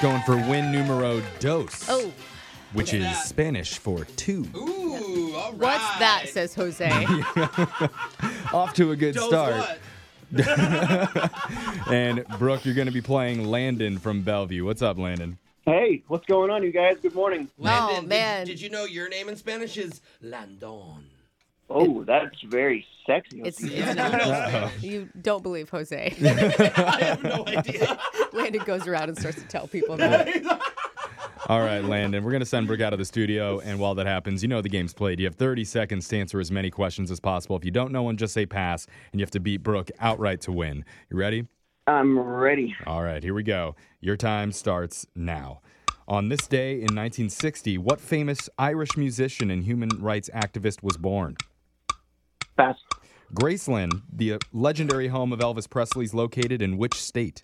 going for win numero dos, Oh, which is Spanish for two. Ooh, all right. what's that? Says Jose. Off to a good Does start. Oh, what? And Brooke, you're going to be playing Landon from Bellevue. What's up, Landon? Hey, what's going on, you guys? Good morning. Oh, did- man. Did, you know your name in Spanish is Landon? Oh, that's very sexy. It's, Yeah, it's no, not. no, You don't believe Jose. I have no idea. Landon goes around and starts to tell people that. All right, Landon, we're going to send Brooke out of the studio. And while that happens, you know the game's played. You have 30 seconds to answer as many questions as possible. If you don't know one, just say pass, and you have to beat Brooke outright to win. You ready? I'm ready. All right, here we go. Your time starts now. On this day in 1960, what famous Irish musician and human rights activist was born? Fast. Graceland, the uh, legendary home of Elvis Presley, is located in which state?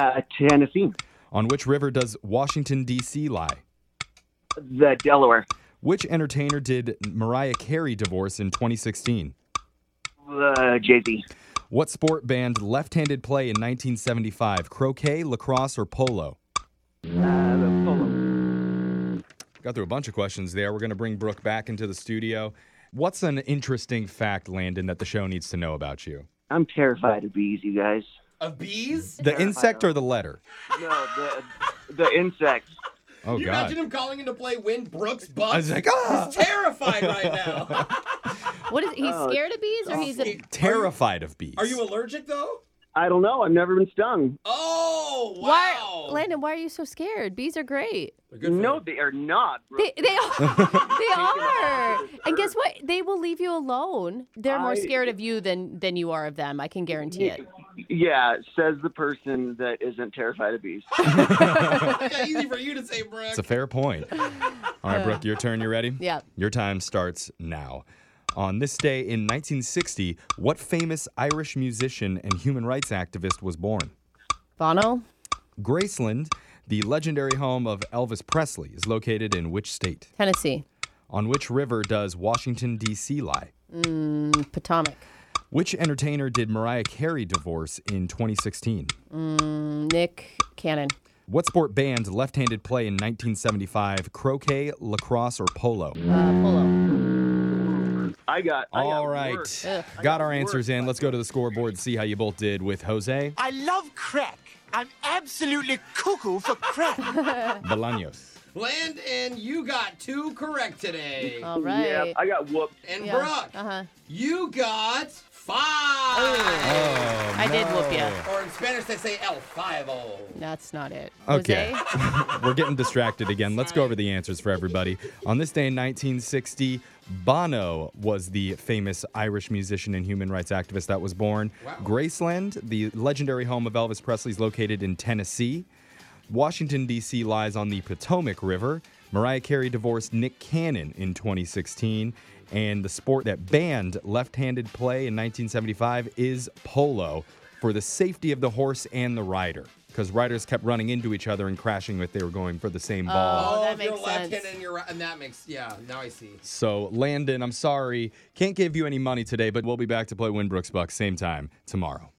Uh, Tennessee. On which river does Washington, D.C. lie? The Delaware. Which entertainer did Mariah Carey divorce in 2016? Uh, Jay Z. What sport banned left handed play in 1975? Croquet, lacrosse, or polo? Uh, the Polo. Got through a bunch of questions there. We're going to bring Brooke back into the studio. What's an interesting fact, Landon, that the show needs to know about you? I'm terrified of bees, you guys. Of bees? The insect or the letter? No, the the insects. Oh, you God. imagine him calling into play when Brooks I Bucks? was like, ah! He's terrified right now. What is he's Oh. scared of bees or he's a, Terrified of bees. Are you allergic though? I don't know. I've never been stung. Oh why, wow! Landon? Why are you so scared? Bees are great. They're good for No, you. they are not. Bro. They, they are. they are. off of this And guess earth. what? They will leave you alone. They're more I- scared of you than than you are of them. I can guarantee it. yeah, says the person that isn't terrified of bees. yeah, easy for you to say, Brooke. It's a fair point. All right, Brooke, your turn. You ready? Yeah. Your time starts now. On this day in 1960, what famous Irish musician and human rights activist was born? Bono, Graceland, the legendary home of Elvis Presley, is located in which state? Tennessee, On which river does Washington, D.C. lie? mm, Potomac, Which entertainer did Mariah Carey divorce in 2016? mm, Nick Cannon, What sport banned left handed play in 1975? Croquet, lacrosse, or polo? uh, Polo. I got. I got All right. worked. Ugh. I Got our worked. answers in. Let's go to the scoreboard and see how you both did with Jose I love crack. I'm absolutely cuckoo for crack. Bolaños. Landon, you got two correct today, All Yeah, right. I got whooped. and Oh, Yeah, Brooke, uh-huh. you got Oh. five. I did whoop you. Or in Spanish, they say el five-o. That's not it. Okay. Jose? We're getting distracted again. Let's go over the answers for everybody. On this day in 1960, Bono was the famous Irish musician and human rights activist that was born. Wow. Graceland, the legendary home of Elvis Presley, is located in Tennessee. Washington, D.C. lies on the Potomac River. Mariah Carey divorced Nick Cannon in 2016. And the sport that banned left handed play in 1975 is polo for the safety of the horse and the rider. Because riders kept running into each other and crashing if they were going for the same ball. Oh, that if you're makes left-handed sense. and you're right, and that makes yeah. Now I see. So, Landon, I'm sorry. Can't give you any money today, but we'll be back to play Winbrooks Bucks same time tomorrow.